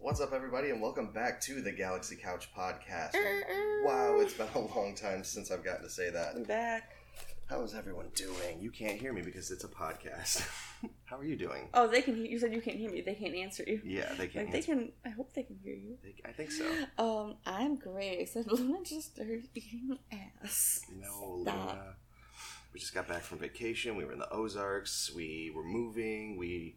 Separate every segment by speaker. Speaker 1: What's up, everybody, and welcome back to the Galaxy Couch Podcast. Wow, it's been a long time since I've gotten to say that.
Speaker 2: I'm back.
Speaker 1: How is everyone doing? You can't hear me because it's a podcast. How are you doing?
Speaker 2: Oh, they can. hear You said you can't hear me. They can't answer you.
Speaker 1: Yeah, they can't.
Speaker 2: Like they
Speaker 1: answer-
Speaker 2: can. I hope they can hear you.
Speaker 1: they- I think so.
Speaker 2: Um, I'm great. Except Luna just started eating ass.
Speaker 1: No,
Speaker 2: Stop.
Speaker 1: Luna. We just got back from vacation. We were in the Ozarks. We were moving. We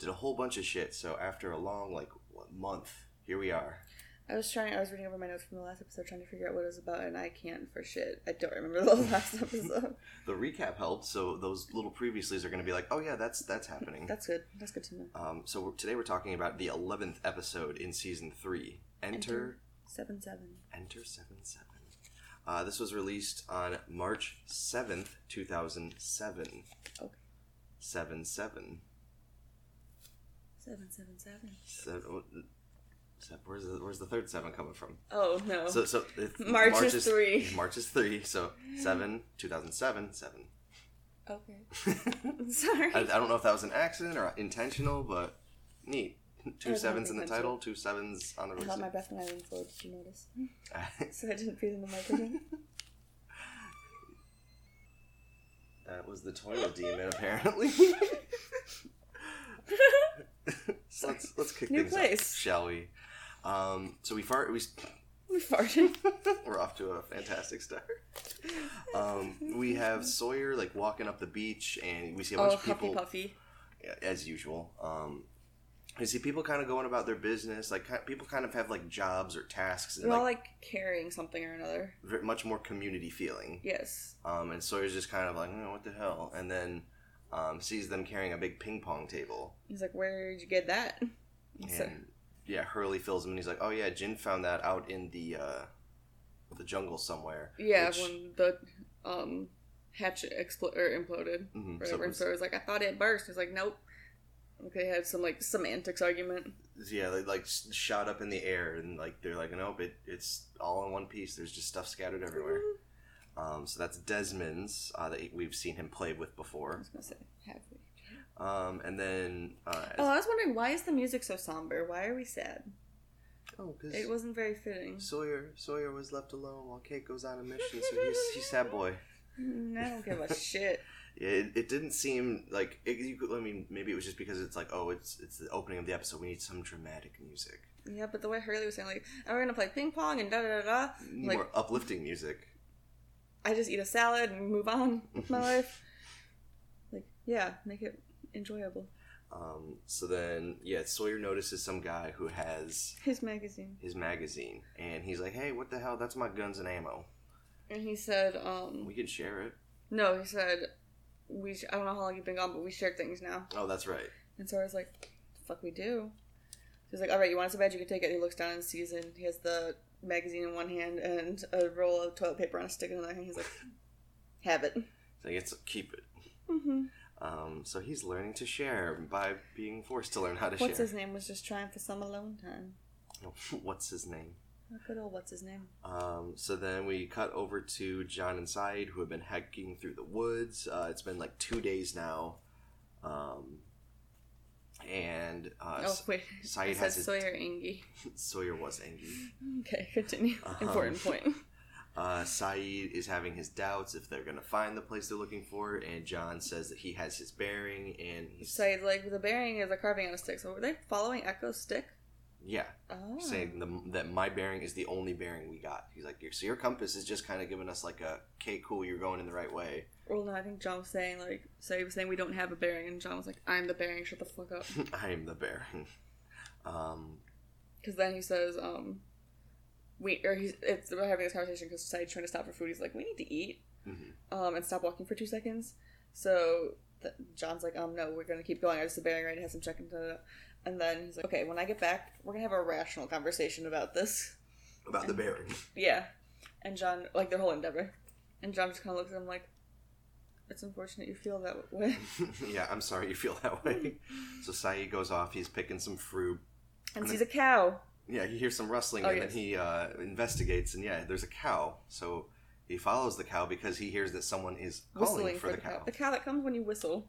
Speaker 1: did a whole bunch of shit. So after a long, like, one month, here we are.
Speaker 2: I was trying. I was reading over my notes from the last episode, trying to figure out what it was about, and I can't for shit. I don't remember the last episode.
Speaker 1: The recap helped, so those little previouslies are going to be like, oh yeah, that's that's happening.
Speaker 2: That's good. That's good to know.
Speaker 1: Um, so we're, today we're talking about the eleventh episode in season three. Enter,
Speaker 2: Seven seven.
Speaker 1: enter, seven seven. Uh, this was released on March seventh, two thousand seven.
Speaker 2: Okay.
Speaker 1: Seven seven.
Speaker 2: Seven seven seven.
Speaker 1: Seven. oh, se- Where's the, where's the third seven coming from?
Speaker 2: Oh no.
Speaker 1: So so it's,
Speaker 2: March is three.
Speaker 1: March is three. So seven, two thousand seven, seven.
Speaker 2: okay.
Speaker 1: I,
Speaker 2: Sorry.
Speaker 1: I don't know if that was an accident or intentional, but neat. Two
Speaker 2: don't
Speaker 1: sevens in the
Speaker 2: think so.
Speaker 1: title, two sevens on the
Speaker 2: I held my
Speaker 1: receipt.
Speaker 2: breath when I leaned forward. Did you notice? So I didn't breathe in the microphone.
Speaker 1: That was the toilet demon, apparently. so let's let's kick
Speaker 2: New
Speaker 1: things
Speaker 2: place.
Speaker 1: up, shall we? Um, so we fart. We
Speaker 2: we farted.
Speaker 1: we're off to a fantastic start. Um, we have Sawyer like walking up the beach, and we see a bunch
Speaker 2: Oh,
Speaker 1: of
Speaker 2: puffy
Speaker 1: people
Speaker 2: puffy.
Speaker 1: yeah, as usual. Um, we see people kind of going about their business. Like ki- people kind of have like jobs or tasks, and
Speaker 2: They're all
Speaker 1: like,
Speaker 2: like carrying something or another.
Speaker 1: ver much more community feeling.
Speaker 2: Yes.
Speaker 1: Um, and Sawyer's just kind of like, "Mm, what the hell? And then um, sees them carrying a big ping pong table.
Speaker 2: He's like, where'd you get that?
Speaker 1: And
Speaker 2: So,
Speaker 1: yeah, Hurley fills him and he's like, oh yeah, Jin found that out in the uh, the jungle somewhere.
Speaker 2: yeah,
Speaker 1: which-
Speaker 2: when the um hatchet explo- or imploded.
Speaker 1: Mhm, so
Speaker 2: Whatever.
Speaker 1: it
Speaker 2: and
Speaker 1: was-
Speaker 2: so it was like, I thought it burst. He's like, nope. Like they had some like semantics argument.
Speaker 1: yeah, they like s- shot up in the air and like they're like, nope, it, it's all in one piece. There's just stuff scattered everywhere.
Speaker 2: Mm-hmm.
Speaker 1: Um, so that's Desmond's uh, that we've seen him play with
Speaker 2: I
Speaker 1: before.
Speaker 2: was gonna say, have we?
Speaker 1: Um, and then uh,
Speaker 2: Oh, I was wondering why is the music so somber? Why are we sad?
Speaker 1: oh, 'cause
Speaker 2: It wasn't very fitting.
Speaker 1: Sawyer Sawyer was left alone while Kate goes on a mission, so he's he's sad boy.
Speaker 2: Mm, I don't give a shit.
Speaker 1: Yeah, it, it didn't seem like it, you could, I mean maybe it was just because it's like oh it's it's the opening of the episode we need some dramatic music
Speaker 2: Yeah, but the way Hurley was saying, like, oh, we're gonna play ping pong and da da da da. Like-
Speaker 1: more uplifting music
Speaker 2: I just eat a salad and move on with my life. Like, yeah, make it enjoyable.
Speaker 1: um, so then yeah Sawyer notices some guy who has
Speaker 2: His magazine.
Speaker 1: his magazine and he's like hey what the hell that's my guns and ammo
Speaker 2: And he said,
Speaker 1: we
Speaker 2: um,
Speaker 1: can share it
Speaker 2: no, he said, we, sh- I don't know how long you've been gone, but we share things now.
Speaker 1: oh that's right
Speaker 2: And so I was like, the fuck we do? He's like, all right, you want it so bad, you can take it. He looks down and sees it. He has the magazine in one hand and a roll of toilet paper on a stick in another hand. He's like, have it.
Speaker 1: so he gets to keep it
Speaker 2: Mm-hmm.
Speaker 1: um, so he's learning to share by being forced to learn how to
Speaker 2: What's
Speaker 1: share
Speaker 2: his name was just trying for some alone time.
Speaker 1: what's his name
Speaker 2: Oh, Good old what's his name?
Speaker 1: Um, so then we cut over to John and Saeed, who have been hiking through the woods. Uh, it's been like two days now. Um, and uh,
Speaker 2: oh, wait. I
Speaker 1: Saeed
Speaker 2: said
Speaker 1: has his
Speaker 2: Sawyer Engie.
Speaker 1: Sawyer was angry.
Speaker 2: Okay, continue.
Speaker 1: Um,
Speaker 2: Important point.
Speaker 1: Uh, Saeed is having his doubts if they're gonna find the place they're looking for, and John says that he has his bearing and he's
Speaker 2: So it's like the bearing is a carving on a stick. So were they following Echo's stick?
Speaker 1: yeah,
Speaker 2: Oh.
Speaker 1: saying the, that my bearing is the only bearing we got. He's like, "Your- so your compass is just kind of giving us like a okay, cool, you're going in the right way.
Speaker 2: Well, no, I think John was saying like so he was saying we don't have a bearing, and John was like, "I'm the bearing. Shut the fuck up."
Speaker 1: I am the bearing. Um,
Speaker 2: Because then he says, um, "We or he's it's we're having this conversation because Saeed's trying to stop for food. He's like, "We need to eat,"
Speaker 1: mhm.
Speaker 2: um, and stop walking for two seconds. So th- John's like, "Um, no, we're gonna keep going. I just the bearing right. It has some check and da da." da." And then he's like, "Okay, when I get back, we're gonna have a rational conversation about this."
Speaker 1: about the bearing.
Speaker 2: Yeah. And John, like their whole endeavor. And John just kind of looks at him like, it's unfortunate you feel that way.
Speaker 1: yeah, I'm sorry you feel that way. so Saeed goes off. He's picking some fruit.
Speaker 2: And sees a cow.
Speaker 1: Yeah, he hears some rustling,
Speaker 2: Oh,
Speaker 1: and
Speaker 2: yes.
Speaker 1: then he uh, investigates. And yeah, there's a cow. So he follows the cow because he hears that someone is calling
Speaker 2: Whistling
Speaker 1: for, the, cow.
Speaker 2: The cow that comes when you whistle.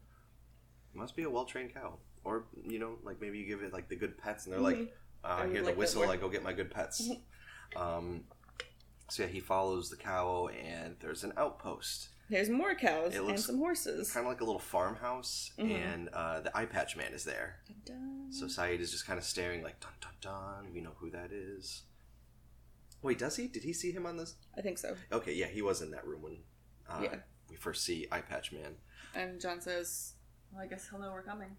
Speaker 1: Must be a well trained cow, or you know, like maybe you give it like the good pets, and they're like, Uh, I
Speaker 2: would
Speaker 1: hear the
Speaker 2: Mm-hmm. like that
Speaker 1: whistle.
Speaker 2: word. Mm-hmm.
Speaker 1: I go get my good pets. um, so yeah, he follows the cow, and there's an outpost,
Speaker 2: There's more cows
Speaker 1: It
Speaker 2: and
Speaker 1: looks
Speaker 2: some horses.
Speaker 1: kind of like a little farmhouse,
Speaker 2: Mhm.
Speaker 1: and uh, the eye patch man is there.
Speaker 2: Dun-dun.
Speaker 1: So Saeed is just kind of staring, like dun dun dun. We know who that is. Wait, does he? Did he see him on this?
Speaker 2: I think so.
Speaker 1: Okay, yeah, he was in that room when uh,
Speaker 2: Yeah.
Speaker 1: we first see Eye Patch Man.
Speaker 2: And John says, "Well, I guess he'll know we're coming."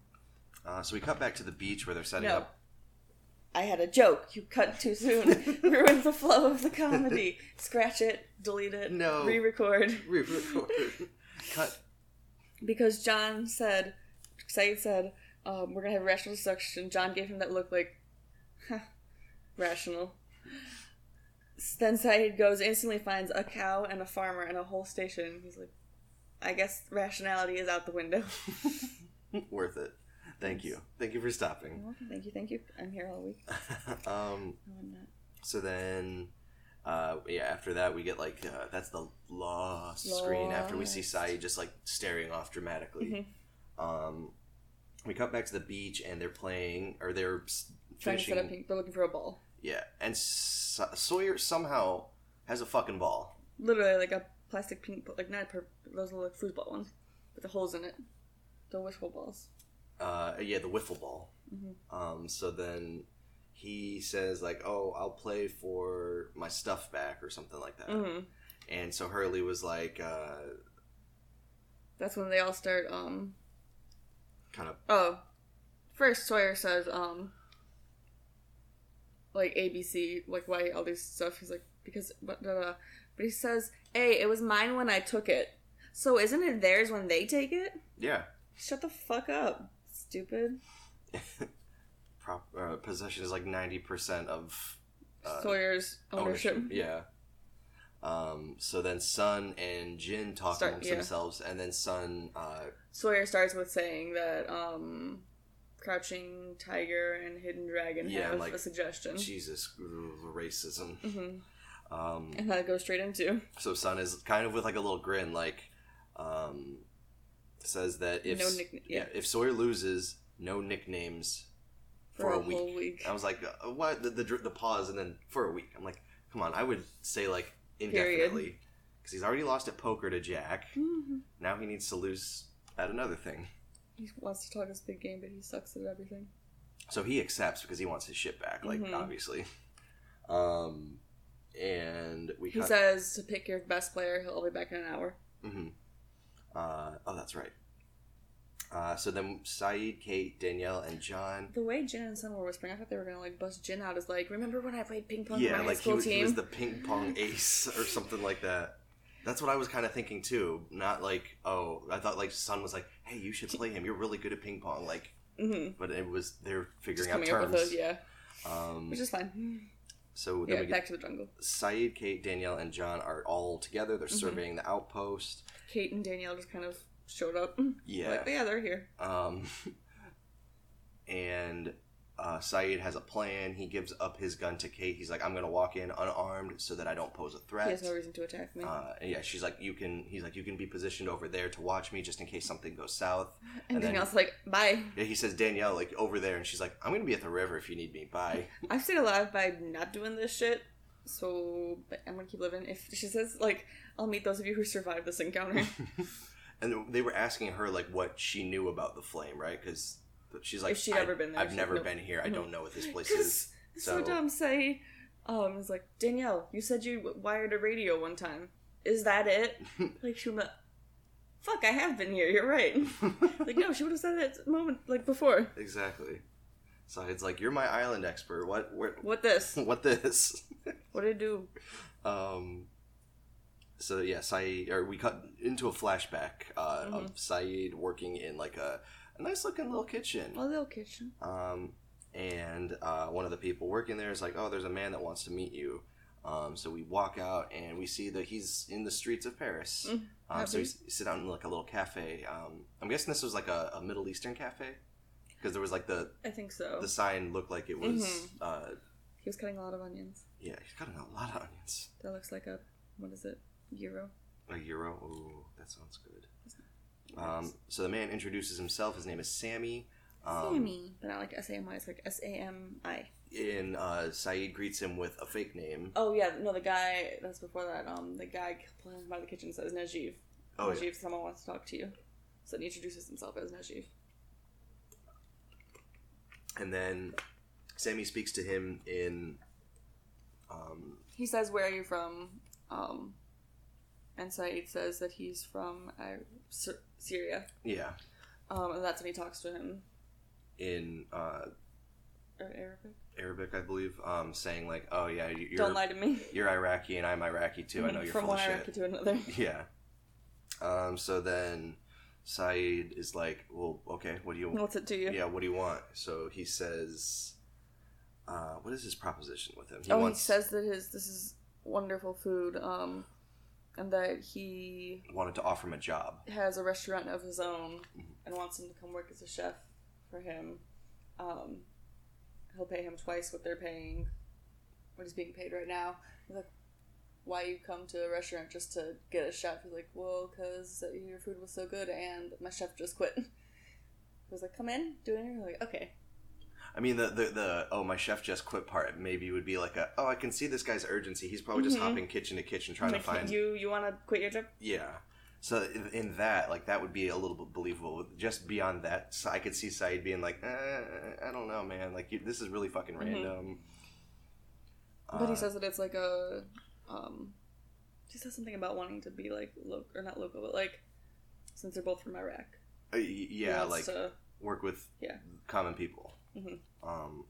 Speaker 1: Uh, so we cut back to the beach where they're setting
Speaker 2: no.
Speaker 1: up.
Speaker 2: I had a joke. You cut too soon. Ruined the flow of the comedy. Scratch it, delete it,
Speaker 1: No.
Speaker 2: re record.
Speaker 1: cut.
Speaker 2: Because John said, Said said, um, we're going to have rational deduction. John gave him that look like, huh, rational. S- Then Said goes, instantly finds a cow and a farmer and a whole station. He's like, I guess rationality is out the window.
Speaker 1: Worth it. Thank you. Thank you for stopping.
Speaker 2: thank you, thank you. I'm here all week.
Speaker 1: um,
Speaker 2: No, I'm not.
Speaker 1: so then, uh, yeah, after that, we get like, uh, that's the lost, screen after we see
Speaker 2: Lost. Mm-hmm.
Speaker 1: Sai just like staring off dramatically. Um, we cut back to the beach and they're playing, or they're s-
Speaker 2: Trying to
Speaker 1: finishing.
Speaker 2: set up, we're looking for a ball.
Speaker 1: yeah, and Sa- Sawyer somehow has a fucking ball.
Speaker 2: literally like a plastic pink ball, like not a purple, those little like foosball ones with the holes in it. The wishful balls.
Speaker 1: uh, yeah, the wiffle ball.
Speaker 2: Mhm.
Speaker 1: Um, so then he says like, "Oh, I'll play for my stuff back" or something like that.
Speaker 2: hmm
Speaker 1: And so Hurley was like, uh,
Speaker 2: That's when they all start. Um.
Speaker 1: kind of
Speaker 2: Oh, first Sawyer says, um, like ABC, like why all this stuff. He's like because but da, da. but he says, "Hey, it was mine when I took it. So isn't it theirs when they take it?
Speaker 1: yeah,
Speaker 2: Shut the fuck up, stupid."
Speaker 1: prop, uh, possession is like ninety percent of uh,
Speaker 2: Sawyer's ownership.
Speaker 1: Yeah. Um, so then Sun and Jin talk
Speaker 2: Start-
Speaker 1: amongst
Speaker 2: yeah.
Speaker 1: themselves, and then Sun uh,
Speaker 2: Sawyer starts with saying that um, Crouching Tiger and Hidden Dragon
Speaker 1: Yeah,
Speaker 2: have
Speaker 1: like,
Speaker 2: a suggestion.
Speaker 1: Jesus, racism.
Speaker 2: Mhm.
Speaker 1: Um,
Speaker 2: And that goes straight into
Speaker 1: So Sun is kind of with like a little grin, like um, says that if
Speaker 2: No nickna- yeah.
Speaker 1: if Sawyer loses, no nicknames
Speaker 2: for,
Speaker 1: for
Speaker 2: a
Speaker 1: a week.
Speaker 2: whole week.
Speaker 1: I was like, uh, what the, the dr- the pause and then for a week. I'm like, come on, I would say like
Speaker 2: Period.
Speaker 1: indefinitely because he's already lost at poker to Jack.
Speaker 2: Mhm.
Speaker 1: Now he needs to lose at another thing.
Speaker 2: He wants to talk his big game, but he sucks at everything.
Speaker 1: So he accepts because he wants his shit back, like
Speaker 2: Mhm.
Speaker 1: obviously. Um, and we
Speaker 2: He
Speaker 1: cut-
Speaker 2: says to pick your best player. He'll be back in an hour.
Speaker 1: Mm-hmm. Uh, oh, that's right. Uh, so then Saeed, Kate, Danielle, and John.
Speaker 2: The way Jin and Sun were whispering, I thought they were gonna like bust Jin out as like, remember when I played ping pong with
Speaker 1: yeah,
Speaker 2: my
Speaker 1: like
Speaker 2: high
Speaker 1: he
Speaker 2: school
Speaker 1: was, he
Speaker 2: team?
Speaker 1: was the ping pong ace or something like that. That's what I was kind of thinking too. Not like, oh, I thought like Sun was like, hey, you should play him. You're really good at ping pong. Like,
Speaker 2: Mhm.
Speaker 1: but it was they're
Speaker 2: Just
Speaker 1: figuring out
Speaker 2: coming up
Speaker 1: terms.
Speaker 2: with those, yeah,
Speaker 1: Um,
Speaker 2: which is fine.
Speaker 1: so then
Speaker 2: Yeah,
Speaker 1: we
Speaker 2: back
Speaker 1: get
Speaker 2: to the jungle.
Speaker 1: Saeed, Kate, Danielle, and John are all together. They're
Speaker 2: Mhm.
Speaker 1: surveying the outpost.
Speaker 2: Kate and Danielle just kind of showed up.
Speaker 1: Yeah.
Speaker 2: like, "Oh, yeah, they're here.
Speaker 1: Um, and uh, Saeed has a plan. He gives up his gun to Kate. He's like, I'm going to walk in unarmed so that I don't pose a
Speaker 2: He
Speaker 1: threat.
Speaker 2: has no reason to attack me.
Speaker 1: uh, and yeah, she's like, you can. He's like, you can be positioned over there to watch me, just in case something goes south. And
Speaker 2: And
Speaker 1: then-
Speaker 2: Danielle's like, bye.
Speaker 1: Yeah, he says Danielle, like over there, and she's like, I'm gonna be at the river if you need me. Bye.
Speaker 2: I've stayed alive by not doing this shit, so but I'm gonna keep living. If she says like, I'll meet those of you who survived this encounter.
Speaker 1: and they were asking her like what she knew about the flame, right? Because she's like,
Speaker 2: If she'd
Speaker 1: I,
Speaker 2: ever been there,
Speaker 1: I've
Speaker 2: she's
Speaker 1: never
Speaker 2: like, "Nope."
Speaker 1: been here. I
Speaker 2: Mhm.
Speaker 1: don't know what this place is.
Speaker 2: Because it's so,
Speaker 1: so-
Speaker 2: dumb. Say, um, it's like Danielle, you said you wired a radio one time. Is that it? like she went, fuck, I have been here. You're right. like no, she would have said that a moment like before.
Speaker 1: Exactly. So it's like you're my island expert. What? Where,
Speaker 2: What this?
Speaker 1: what this?
Speaker 2: What did I do?
Speaker 1: Um, so yeah, Saeed, or we cut into a flashback uh, of
Speaker 2: Mm-hmm.
Speaker 1: Saeed working in like a, a nice looking little kitchen.
Speaker 2: My little kitchen.
Speaker 1: Um, and uh, one of the people working there is like, oh, there's a man that wants to meet you. Um, so we walk out and we see that he's in the streets of Paris.
Speaker 2: Mm,
Speaker 1: um, so we
Speaker 2: happy.
Speaker 1: s- sit down in like a little cafe. Um, I'm guessing this was like a, a Middle Eastern cafe because there was like the
Speaker 2: I think so.
Speaker 1: the sign looked like it was
Speaker 2: Mhm.
Speaker 1: uh
Speaker 2: He was cutting a lot of onions.
Speaker 1: yeah he's cutting a lot of onions
Speaker 2: That looks like a what is it? Euro.
Speaker 1: a euro ooh that sounds good
Speaker 2: Yes.
Speaker 1: um so the man introduces himself his name is sammy um
Speaker 2: Sammy, but not like S A M Y. It's like S A M I.
Speaker 1: and uh, Saeed greets him with a fake name.
Speaker 2: Oh yeah, no, the guy that's before that. Um, the guy playing by the kitchen says Najib.
Speaker 1: Oh,
Speaker 2: Najib,
Speaker 1: yeah.
Speaker 2: someone wants to talk to you. So he introduces himself as Najib.
Speaker 1: and then Sammy speaks to him in. Um,
Speaker 2: He says, "Where are you from?" Um, and Saeed says that he's from uh, Sy- Syria.
Speaker 1: yeah,
Speaker 2: Um, and that's when he talks to him
Speaker 1: in uh,
Speaker 2: in Arabic.
Speaker 1: Arabic, I believe, um, saying like, "Oh yeah, you- you're
Speaker 2: Don't lie to me.
Speaker 1: you're Iraqi, and I'm Iraqi too. I know you're
Speaker 2: from
Speaker 1: full
Speaker 2: one
Speaker 1: of shit."
Speaker 2: Iraqi to another.
Speaker 1: Yeah. Um, so then Saeed is like, well, okay, what do you
Speaker 2: What's it to you?
Speaker 1: Yeah, what do you want? So he says, uh, what is his proposition with him? He
Speaker 2: oh, he says that his this is wonderful food. Um, and that he
Speaker 1: wanted to offer him a job.
Speaker 2: has a restaurant of his own and wants him to come work as a chef for him. Um, he'll pay him twice what they're paying, what he's being paid right now. He's like, why you come to a restaurant just to get a chef? He's like, well, because your food was so good and my chef just quit. He was like, come in, do it. And like, okay.
Speaker 1: I mean, the, the the oh, my chef just quit part maybe would be like a oh, I can see this guy's urgency. He's probably just
Speaker 2: Mhm.
Speaker 1: hopping kitchen to kitchen trying
Speaker 2: Like,
Speaker 1: to find
Speaker 2: you you want to quit your job?
Speaker 1: yeah. So in- in that, like that would be a little bit believable. Just beyond that, so I could see Saeed being like, eh, I don't know, man. Like you, this is really fucking random.
Speaker 2: Mm-hmm. But
Speaker 1: Uh,
Speaker 2: he says that it's like a. Um, he says something about wanting to be like local or not local, but like since they're both from Iraq.
Speaker 1: Uh, y- yeah, like
Speaker 2: to
Speaker 1: work with
Speaker 2: Yeah.
Speaker 1: common people,
Speaker 2: Mhm.
Speaker 1: um,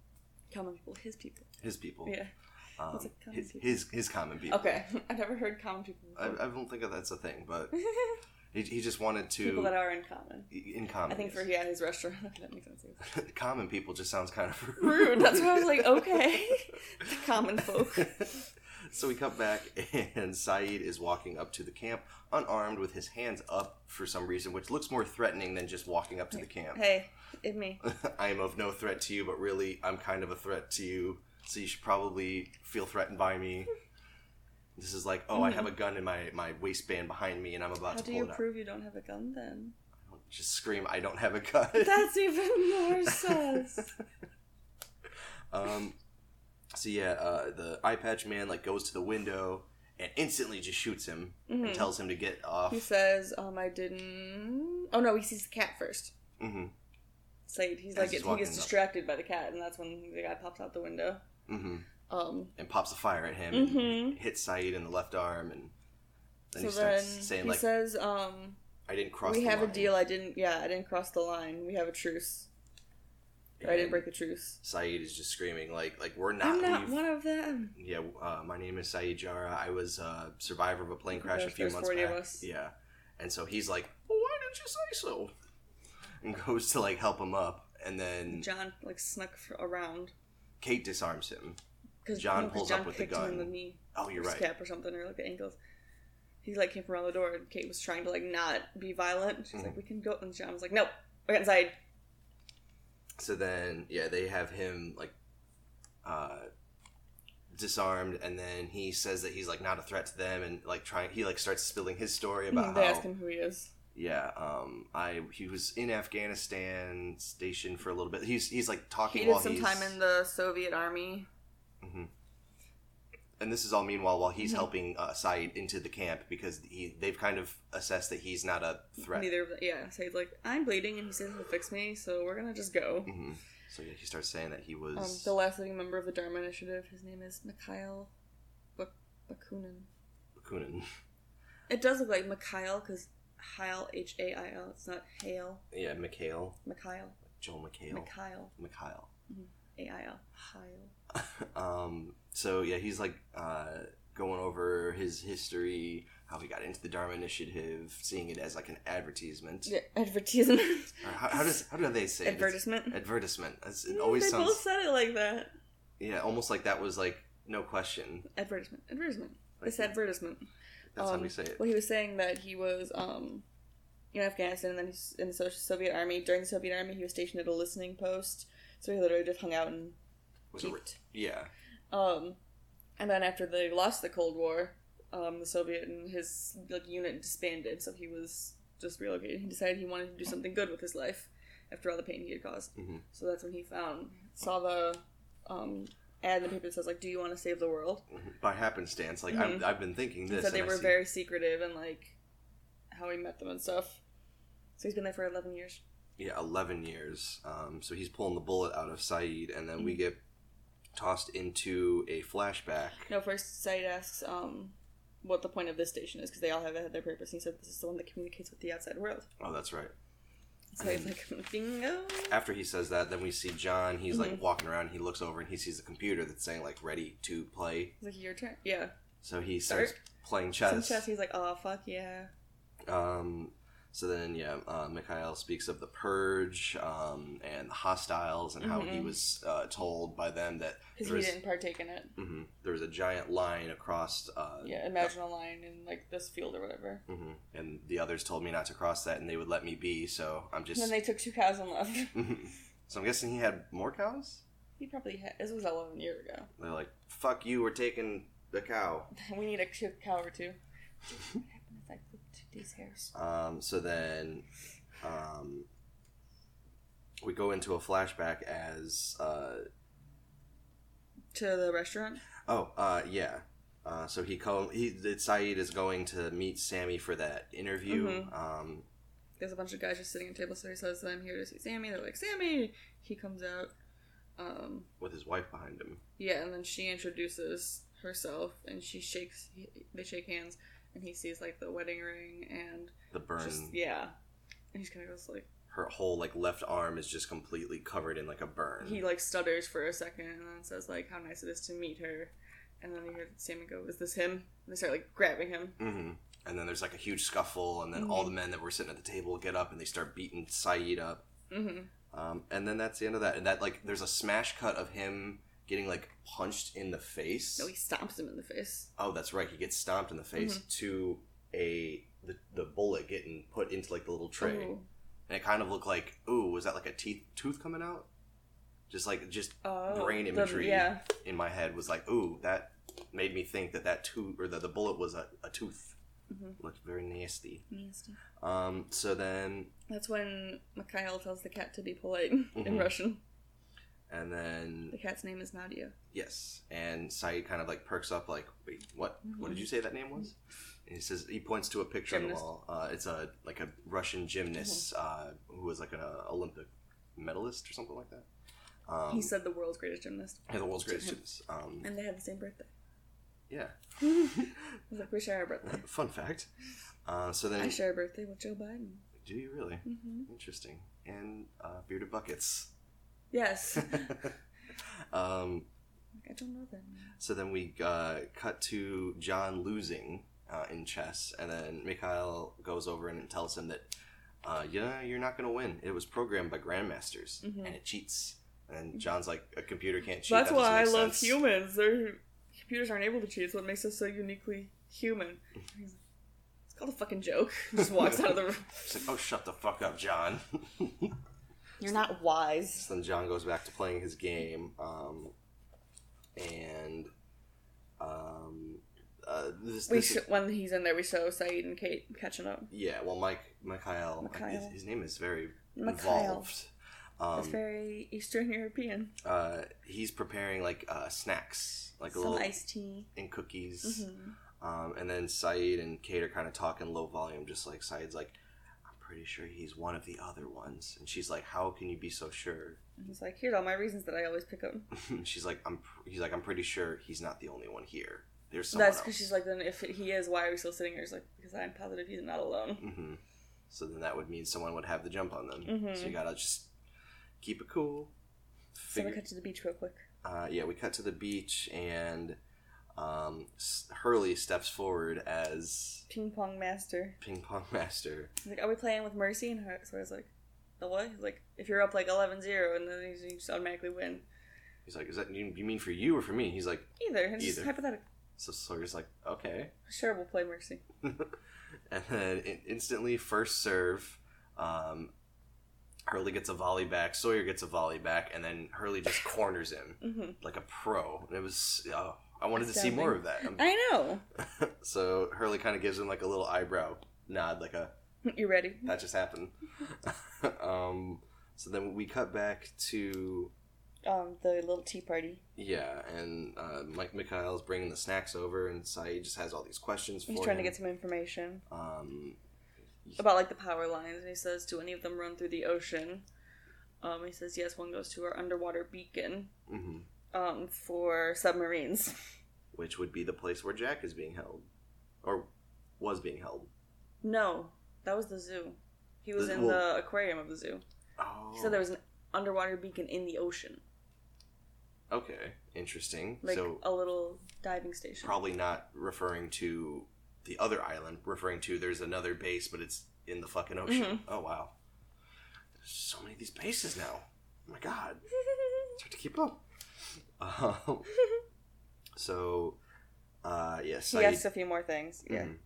Speaker 2: common people, his people.
Speaker 1: his people,
Speaker 2: Yeah.
Speaker 1: um,
Speaker 2: It's like common
Speaker 1: his,
Speaker 2: people.
Speaker 1: his his common people.
Speaker 2: Okay, I never heard common people.
Speaker 1: I,
Speaker 2: Before.
Speaker 1: I don't think that that's a thing, but he, he just wanted to
Speaker 2: people that are in common.
Speaker 1: in common.
Speaker 2: I think for
Speaker 1: yes.
Speaker 2: yeah, his restaurant. Okay, that makes sense.
Speaker 1: common people just sounds kind of rude.
Speaker 2: Rude. That's why I was like, okay, the common folk.
Speaker 1: so we cut back, and Saeed is walking up to the camp unarmed with his hands up for some reason, which looks more threatening than just walking up to the camp.
Speaker 2: Hey, it me.
Speaker 1: I am of no threat to you, but really, I'm kind of a threat to you, so you should probably feel threatened by me. This is like, oh, I have a gun in my, my waistband behind me, and I'm about
Speaker 2: Hmm.
Speaker 1: to
Speaker 2: How do
Speaker 1: pull
Speaker 2: you
Speaker 1: it out.
Speaker 2: prove you don't have a gun then?
Speaker 1: Just scream, I don't have a gun.
Speaker 2: That's even more sus.
Speaker 1: um, so yeah, uh, the eye patch man like goes to the window and instantly just shoots him and
Speaker 2: Mhm.
Speaker 1: tells him to get off.
Speaker 2: He says, um, I didn't. Oh no, he sees the cat first.
Speaker 1: hmm
Speaker 2: Said he's
Speaker 1: As
Speaker 2: like
Speaker 1: he's
Speaker 2: he
Speaker 1: walking
Speaker 2: gets
Speaker 1: up.
Speaker 2: distracted by the cat, and that's when the guy pops out the window.
Speaker 1: hmm
Speaker 2: Um,
Speaker 1: And pops a fire at him and
Speaker 2: Mhm.
Speaker 1: hits Saeed in the left arm and then
Speaker 2: so
Speaker 1: he starts
Speaker 2: then
Speaker 1: saying
Speaker 2: he
Speaker 1: like,
Speaker 2: says, um,
Speaker 1: I didn't cross
Speaker 2: we
Speaker 1: the
Speaker 2: have
Speaker 1: line.
Speaker 2: a deal. I didn't. Yeah, I didn't cross the line. We have a truce. Or I
Speaker 1: And
Speaker 2: didn't break the truce.
Speaker 1: Saeed is just screaming like, like we're not,
Speaker 2: I'm not
Speaker 1: leave-
Speaker 2: one of them.
Speaker 1: Yeah, uh, my name is Saeed Jara. I was a survivor of a plane crash a
Speaker 2: There's-
Speaker 1: few
Speaker 2: there's
Speaker 1: months
Speaker 2: 40
Speaker 1: back.
Speaker 2: of us.
Speaker 1: Yeah, and so he's like, well, "Why didn't you say so?" And goes to like help him up, and then
Speaker 2: John like snuck f around
Speaker 1: Kate disarms him.
Speaker 2: because
Speaker 1: John pulls up with the
Speaker 2: Him in
Speaker 1: gun.
Speaker 2: the knee,
Speaker 1: Oh, you're
Speaker 2: or
Speaker 1: right.
Speaker 2: Scap or something, or like the ankles. He like came from around the door, and Kate was trying to like not be violent. She's
Speaker 1: Mhm.
Speaker 2: like, "We can go," and John was like, "Nope, we're inside."
Speaker 1: So then, yeah, they have him like uh, disarmed, and then he says that he's like not a threat to them, and like trying, he like starts spilling his story about
Speaker 2: Mm-hmm, they
Speaker 1: how
Speaker 2: ask him who he is.
Speaker 1: yeah, um, I he was in Afghanistan stationed for a little bit. He's he's like talking
Speaker 2: He
Speaker 1: while
Speaker 2: did some
Speaker 1: he's
Speaker 2: time in the Soviet army.
Speaker 1: and this is all meanwhile while he's
Speaker 2: Mhm.
Speaker 1: helping uh, Saeed into the camp because he they've kind of assessed that he's not a threat.
Speaker 2: Neither of the, yeah. So he's like, "I'm bleeding," and he says he'll fix me, so we're gonna just go.
Speaker 1: hmm So yeah, he starts saying that he was
Speaker 2: Um, the last living member of the Dharma Initiative. His name is Mikhail Bak- Bakunin.
Speaker 1: Bakunin.
Speaker 2: It does look like Mikhail because Heil H A I L. It's not Hale.
Speaker 1: Yeah, Mikhail,
Speaker 2: Mikhail.
Speaker 1: Joel Mikhail,
Speaker 2: Mikhail.
Speaker 1: Mikhail.
Speaker 2: A I L. Heil.
Speaker 1: Um, so yeah, he's like uh, going over his history, how he got into the Dharma Initiative, seeing it as like an advertisement.
Speaker 2: Yeah, advertisement.
Speaker 1: Or how, how does how do they say it? It's-
Speaker 2: Advertisement.
Speaker 1: Advertisement. It's, it
Speaker 2: No,
Speaker 1: always
Speaker 2: they
Speaker 1: sounds
Speaker 2: both said it like that.
Speaker 1: yeah, almost like that was like no question.
Speaker 2: Advertisement. Advertisement.
Speaker 1: Like,
Speaker 2: It's advertisement.
Speaker 1: that's
Speaker 2: um,
Speaker 1: how we say it.
Speaker 2: Well, he was saying that he was um, in Afghanistan and then he's in the So- Soviet army. During the Soviet army, he was stationed at a listening post, so he literally just hung out and
Speaker 1: With a re-
Speaker 2: peeped.
Speaker 1: yeah.
Speaker 2: Um, and then after they lost the Cold War, um, the Soviet and his like unit disbanded, so he was just relocated. He decided he wanted to do something good with his life after all the pain he had caused.
Speaker 1: Mhm.
Speaker 2: So that's when he found saw the um, ad in the paper that says like, "Do you want to save the world?"
Speaker 1: Mm-hmm. by happenstance. Like
Speaker 2: Mhm.
Speaker 1: I've, I've been thinking this.
Speaker 2: so they
Speaker 1: and I
Speaker 2: were
Speaker 1: see-
Speaker 2: very secretive and like how he met them and stuff. So he's been there for eleven years.
Speaker 1: yeah, eleven years. Um, so he's pulling the bullet out of Saeed, and then we
Speaker 2: Mm-hmm.
Speaker 1: get tossed into a flashback.
Speaker 2: No, first Said asks um, what the point of this station is because they all have had their purpose. And he said this is the one that communicates with the outside world.
Speaker 1: Oh, that's right.
Speaker 2: So he's like, bingo.
Speaker 1: After he says that, then we see John. He's
Speaker 2: Mhm.
Speaker 1: like walking around. He looks over and he sees a computer that's saying like "ready to play."
Speaker 2: It's like your turn. Yeah.
Speaker 1: So he
Speaker 2: Start.
Speaker 1: starts playing
Speaker 2: Some
Speaker 1: chess.
Speaker 2: chess. He's like, oh fuck yeah.
Speaker 1: Um, so then, yeah, uh, Mikhail speaks of the purge um, and the hostiles and how he
Speaker 2: Mhm.
Speaker 1: was uh, told by them that
Speaker 2: Because
Speaker 1: There
Speaker 2: he
Speaker 1: was-
Speaker 2: didn't partake in it.
Speaker 1: mhm, there was a giant line across. Uh,
Speaker 2: Yeah, imagine a line in like this field or whatever.
Speaker 1: mhm, and the others told me not to cross that, and they would let me be. So I'm just.
Speaker 2: And then they took two cows and left.
Speaker 1: so I'm guessing he had more cows.
Speaker 2: He probably had. This was 11 years ago.
Speaker 1: They're like, "Fuck you, we're taking the cow."
Speaker 2: We need a c- cow or two. What happened if I clipped these hairs?
Speaker 1: Um, so then um, we go into a flashback as uh,
Speaker 2: To the restaurant?
Speaker 1: Oh, uh, yeah. Uh, so he co- he that Saeed is going to meet Sammy for that interview.
Speaker 2: Mhm.
Speaker 1: Um,
Speaker 2: There's a bunch of guys just sitting at a table, so he says, I'm here to see Sammy. They're like, Sammy! He comes out. Um,
Speaker 1: with his wife behind him.
Speaker 2: yeah, and then she introduces herself, and she shakes. They shake hands, and he sees, like, the wedding ring, and
Speaker 1: The burn,
Speaker 2: just, yeah. And he's kind of goes, like,
Speaker 1: her whole like left arm is just completely covered in like a burn.
Speaker 2: he like stutters for a second and then says like how nice it is to meet her and then you hear sammy go is this him and they start like grabbing him
Speaker 1: hmm And then there's like a huge scuffle, and then
Speaker 2: Mm-hmm.
Speaker 1: all the men that were sitting at the table get up and they start beating Saeed up.
Speaker 2: mm-hmm.
Speaker 1: Um, and then that's the end of that. And that like there's a smash cut of him getting like punched in the face.
Speaker 2: no he stomps him in the face
Speaker 1: Oh, that's right. He gets stomped in the face
Speaker 2: Mm-hmm.
Speaker 1: to a the, the bullet getting put into like the little tray.
Speaker 2: Ooh.
Speaker 1: and it kind of looked like, ooh, was that like a teeth tooth coming out? Just like just
Speaker 2: oh,
Speaker 1: Brain
Speaker 2: the-
Speaker 1: imagery.
Speaker 2: yeah
Speaker 1: in my head was like, ooh, that made me think that that tooth or that the bullet was a, a tooth.
Speaker 2: Mhm.
Speaker 1: Looked very nasty.
Speaker 2: Nasty.
Speaker 1: Um, so then
Speaker 2: that's when mikhail tells the cat to be polite in
Speaker 1: Mhm.
Speaker 2: russian
Speaker 1: and
Speaker 2: the
Speaker 1: then
Speaker 2: cat's name is nadia
Speaker 1: yes, and Saeed kind of like perks up, like, wait, what?
Speaker 2: Mm-hmm.
Speaker 1: What did you say that name was? And he says he points to a picture
Speaker 2: Gymnast. Mm-hmm.
Speaker 1: on the wall. Uh, it's a like a Russian gymnast uh, who was like an uh, Olympic medalist or something like that. Um,
Speaker 2: he said the world's greatest gymnast
Speaker 1: yeah, the world's
Speaker 2: to him.
Speaker 1: greatest gymnast. Um,
Speaker 2: and they had the same birthday
Speaker 1: yeah.
Speaker 2: I was like we share our birthday
Speaker 1: Fun fact. Uh, so then,
Speaker 2: i share a birthday with joe biden
Speaker 1: do you really?
Speaker 2: hmm
Speaker 1: Interesting. And uh, bearded buckets.
Speaker 2: yes
Speaker 1: um,
Speaker 2: i don't know that
Speaker 1: so then we uh, cut to John losing uh, in chess, and then Mikhail goes over and tells him that, uh, yeah, you're not going to win. It was programmed by grandmasters,
Speaker 2: Mhm.
Speaker 1: and it cheats. And John's like, a computer can't cheat.
Speaker 2: That's
Speaker 1: That doesn't
Speaker 2: why I
Speaker 1: make
Speaker 2: love
Speaker 1: sense."
Speaker 2: humans. Their computers aren't able to cheat. It's what makes us so uniquely human. He's like, It's called a fucking joke. Just walks out of the room.
Speaker 1: It's like, oh, shut the fuck up, John.
Speaker 2: You're not wise.
Speaker 1: So then John goes back to playing his game, um, and um, uh, this,
Speaker 2: We
Speaker 1: this
Speaker 2: sh-
Speaker 1: is,
Speaker 2: when he's in there, we show Saeed and Kate catching up.
Speaker 1: yeah. Well, Mike Mikhail, uh,
Speaker 2: Mikhail.
Speaker 1: His, his name is very
Speaker 2: Mikhail.
Speaker 1: involved.
Speaker 2: It's
Speaker 1: Um,
Speaker 2: very Eastern European.
Speaker 1: uh, he's preparing like uh, snacks, like a
Speaker 2: Some
Speaker 1: little
Speaker 2: iced tea.
Speaker 1: and cookies,
Speaker 2: hmm
Speaker 1: um, and then Saeed and Kate are kind of talking low volume, just like Saeed's like. I'm Pretty sure he's one of the other ones, and she's like, "How can you be so sure?"
Speaker 2: And he's like, here's all my reasons that I always pick up.
Speaker 1: she's like, "I'm." pr- He's like, "I'm pretty sure he's not the only one here. There's someone
Speaker 2: That's
Speaker 1: else."
Speaker 2: because she's like, then if he is, why are we still sitting here? He's like, because I'm positive he's not alone.
Speaker 1: hmm So then that would mean someone would have the jump on them.
Speaker 2: Mhm.
Speaker 1: So you gotta just keep it cool.
Speaker 2: So we
Speaker 1: Figure,
Speaker 2: cut to the beach real quick.
Speaker 1: uh, yeah, we cut to the beach and um, S- Hurley steps forward as
Speaker 2: Ping pong master.
Speaker 1: ping pong master.
Speaker 2: He's like, are we playing with Mercy? And her, so I was like, the what? He's like, if you're up like 11-0 and then you just automatically win.
Speaker 1: He's like, "Is that you, you mean for you or for me?" He's like,
Speaker 2: Either. It's just
Speaker 1: Either.
Speaker 2: hypothetical.
Speaker 1: "So Sawyer's like, okay."
Speaker 2: Sure, we'll play Mercy.
Speaker 1: And then in- instantly, first serve. Um, Hurley gets a volley back. Sawyer gets a volley back, and then Hurley just corners him
Speaker 2: hmm
Speaker 1: like a pro. And it was, oh, I wanted to see more of that. I'm
Speaker 2: I know.
Speaker 1: So Hurley kind of gives him like a little eyebrow nod, like a
Speaker 2: You ready?
Speaker 1: Uh, that just happened. um, so then we cut back to
Speaker 2: um, the little tea party.
Speaker 1: Yeah, and uh, Mike Mikhail's bringing the snacks over, and Saeed just has all these questions for
Speaker 2: He's trying to
Speaker 1: him.
Speaker 2: get some information
Speaker 1: um,
Speaker 2: about like the power lines, and he says, "Do any of them run through the ocean?" Um, he says, "Yes, one goes to our underwater beacon
Speaker 1: mhm.
Speaker 2: um, for submarines."
Speaker 1: which would be the place where Jack is being held, or was being held.
Speaker 2: No, that was the zoo. He was
Speaker 1: The-
Speaker 2: in
Speaker 1: well-
Speaker 2: the aquarium of the zoo.
Speaker 1: Oh,
Speaker 2: He said there was an underwater beacon in the ocean,
Speaker 1: okay, interesting.
Speaker 2: like
Speaker 1: so
Speaker 2: a little diving station.
Speaker 1: probably not referring to the other island, referring to there's another base, but it's in the fucking ocean.
Speaker 2: Mm-hmm.
Speaker 1: Oh wow, there's so many of these bases now. Oh my god, it's hard to keep up. Um, so, uh, yeah,
Speaker 2: he
Speaker 1: Saeed
Speaker 2: asked a few more things. Yeah.
Speaker 1: Mhm.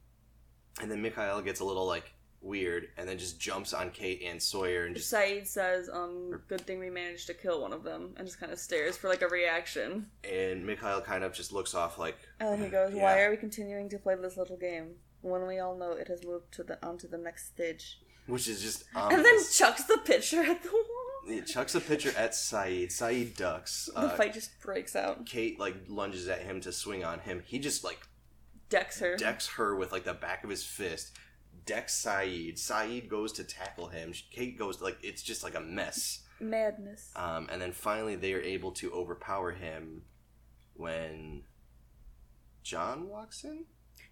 Speaker 1: And then Mikhail gets a little like weird, and then just jumps on Kate and Sawyer and just
Speaker 2: Saeed says, um, good thing we managed to kill one of them, and just kind of stares for like a reaction.
Speaker 1: and Mikhail kind of just looks off like.
Speaker 2: And then he goes,
Speaker 1: yeah.
Speaker 2: why are we continuing to play this little game? When we all know it has moved to the onto the next stage.
Speaker 1: Which is just.
Speaker 2: And then
Speaker 1: ominous.
Speaker 2: chucks the pitcher at the wall.
Speaker 1: It chucks a pitcher at Saeed. Saeed ducks.
Speaker 2: The
Speaker 1: Uh,
Speaker 2: fight just breaks out.
Speaker 1: Kate like lunges at him to swing on him. He just like
Speaker 2: Decks her.
Speaker 1: decks her with like the back of his fist. Decks Saeed. Saeed goes to tackle him. Kate goes like it's just like a mess.
Speaker 2: Madness.
Speaker 1: Um, and then finally, they are able to overpower him when John walks in.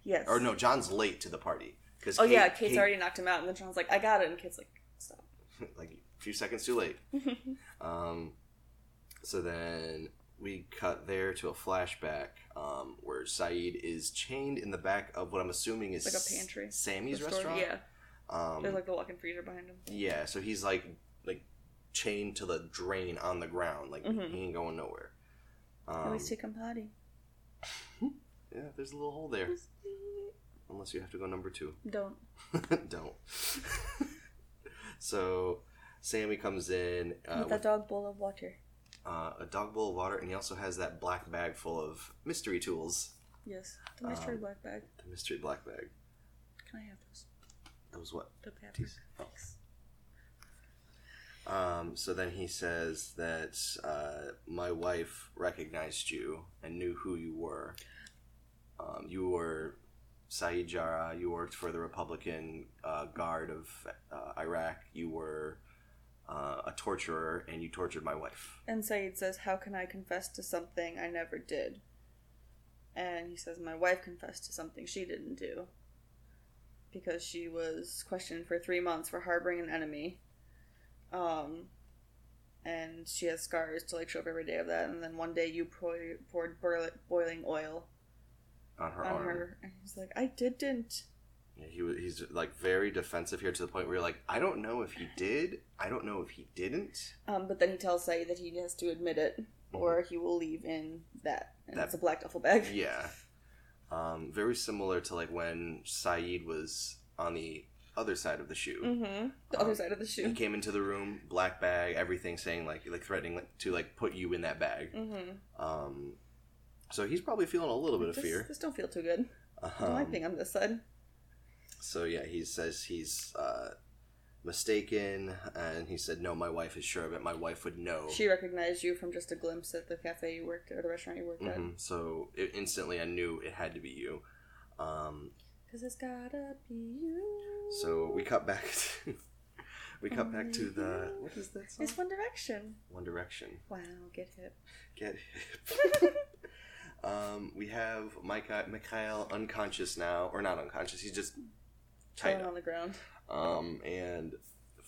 Speaker 2: yes.
Speaker 1: Or no, John's late to the party because
Speaker 2: Oh yeah, Kate's already knocked him out, and then Sean's like, "I got it," and Kate's like, "Stop."
Speaker 1: like a few seconds too late. Um, so then we cut there to a flashback um, where Saeed is chained in the back of what I'm assuming is
Speaker 2: Like a pantry.
Speaker 1: Sammy's
Speaker 2: The store-
Speaker 1: restaurant.
Speaker 2: Yeah,
Speaker 1: Um,
Speaker 2: there's like the walk-in freezer behind him.
Speaker 1: Yeah, so he's like like chained to the drain on the ground, like
Speaker 2: Mhm.
Speaker 1: he ain't going nowhere.
Speaker 2: At
Speaker 1: Um,
Speaker 2: least he can potty.
Speaker 1: yeah, there's a little hole there. Unless you have to go number two.
Speaker 2: Don't.
Speaker 1: Don't. so Sammy comes in uh,
Speaker 2: With that
Speaker 1: with
Speaker 2: dog bowl of water.
Speaker 1: uh, a dog bowl of water, and he also has that black bag full of mystery tools.
Speaker 2: Yes, the mystery
Speaker 1: Um,
Speaker 2: black bag.
Speaker 1: The mystery black bag.
Speaker 2: Can I have those?
Speaker 1: Those what?
Speaker 2: The papers. Thanks.
Speaker 1: Um, so then he says that uh, my wife recognized you and knew who you were. Um, you were Saeed Jara. You worked for the Republican uh, Guard of uh, Iraq. You were uh, a torturer, and you tortured my wife.
Speaker 2: And Saeed says, "How can I confess to something I never did?" And he says, "My wife confessed to something she didn't do." Because she was questioned for three months for harboring an enemy, um, and she has scars to like show up every day of that. And then one day you pour, poured boil- boiling oil
Speaker 1: On her
Speaker 2: on
Speaker 1: arm,
Speaker 2: her, and he's like, "I didn't."
Speaker 1: Yeah, he was, he's like very defensive here to the point where you're like, I don't know if he did, I don't know if he didn't.
Speaker 2: Um, but then he tells Saeed that he has to admit it, or he will leave in that, and
Speaker 1: Mm-hmm. That-
Speaker 2: it's a black duffel bag.
Speaker 1: Yeah. Um, very similar to like when Saeed was on the other side of the shoe.
Speaker 2: Mm-hmm. The
Speaker 1: Um,
Speaker 2: other side of the shoe.
Speaker 1: He came into the room, black bag, everything, saying like like threatening like, to like put you in that bag.
Speaker 2: Mm-hmm.
Speaker 1: Um, so he's probably feeling a little bit of
Speaker 2: this,
Speaker 1: fear.
Speaker 2: This don't feel too good. I don't like
Speaker 1: Um,
Speaker 2: being on this side.
Speaker 1: so yeah, he says he's uh, mistaken, and he said no, my wife is sure of it. My wife would know.
Speaker 2: She recognized you from just a glimpse at the cafe you worked or the restaurant you worked at.
Speaker 1: Mhm. So it, instantly, I knew it had to be you. Um,
Speaker 2: Cause it's gotta be you.
Speaker 1: so we cut back. To, we cut back to
Speaker 2: Only
Speaker 1: the
Speaker 2: you.
Speaker 1: what is that song?
Speaker 2: It's One Direction.
Speaker 1: One Direction.
Speaker 2: Wow, get hip.
Speaker 1: Get hip. um, we have Micah, Mikhail unconscious now, or not unconscious. He's just tied
Speaker 2: Chilling
Speaker 1: up.
Speaker 2: on the ground.
Speaker 1: Um, and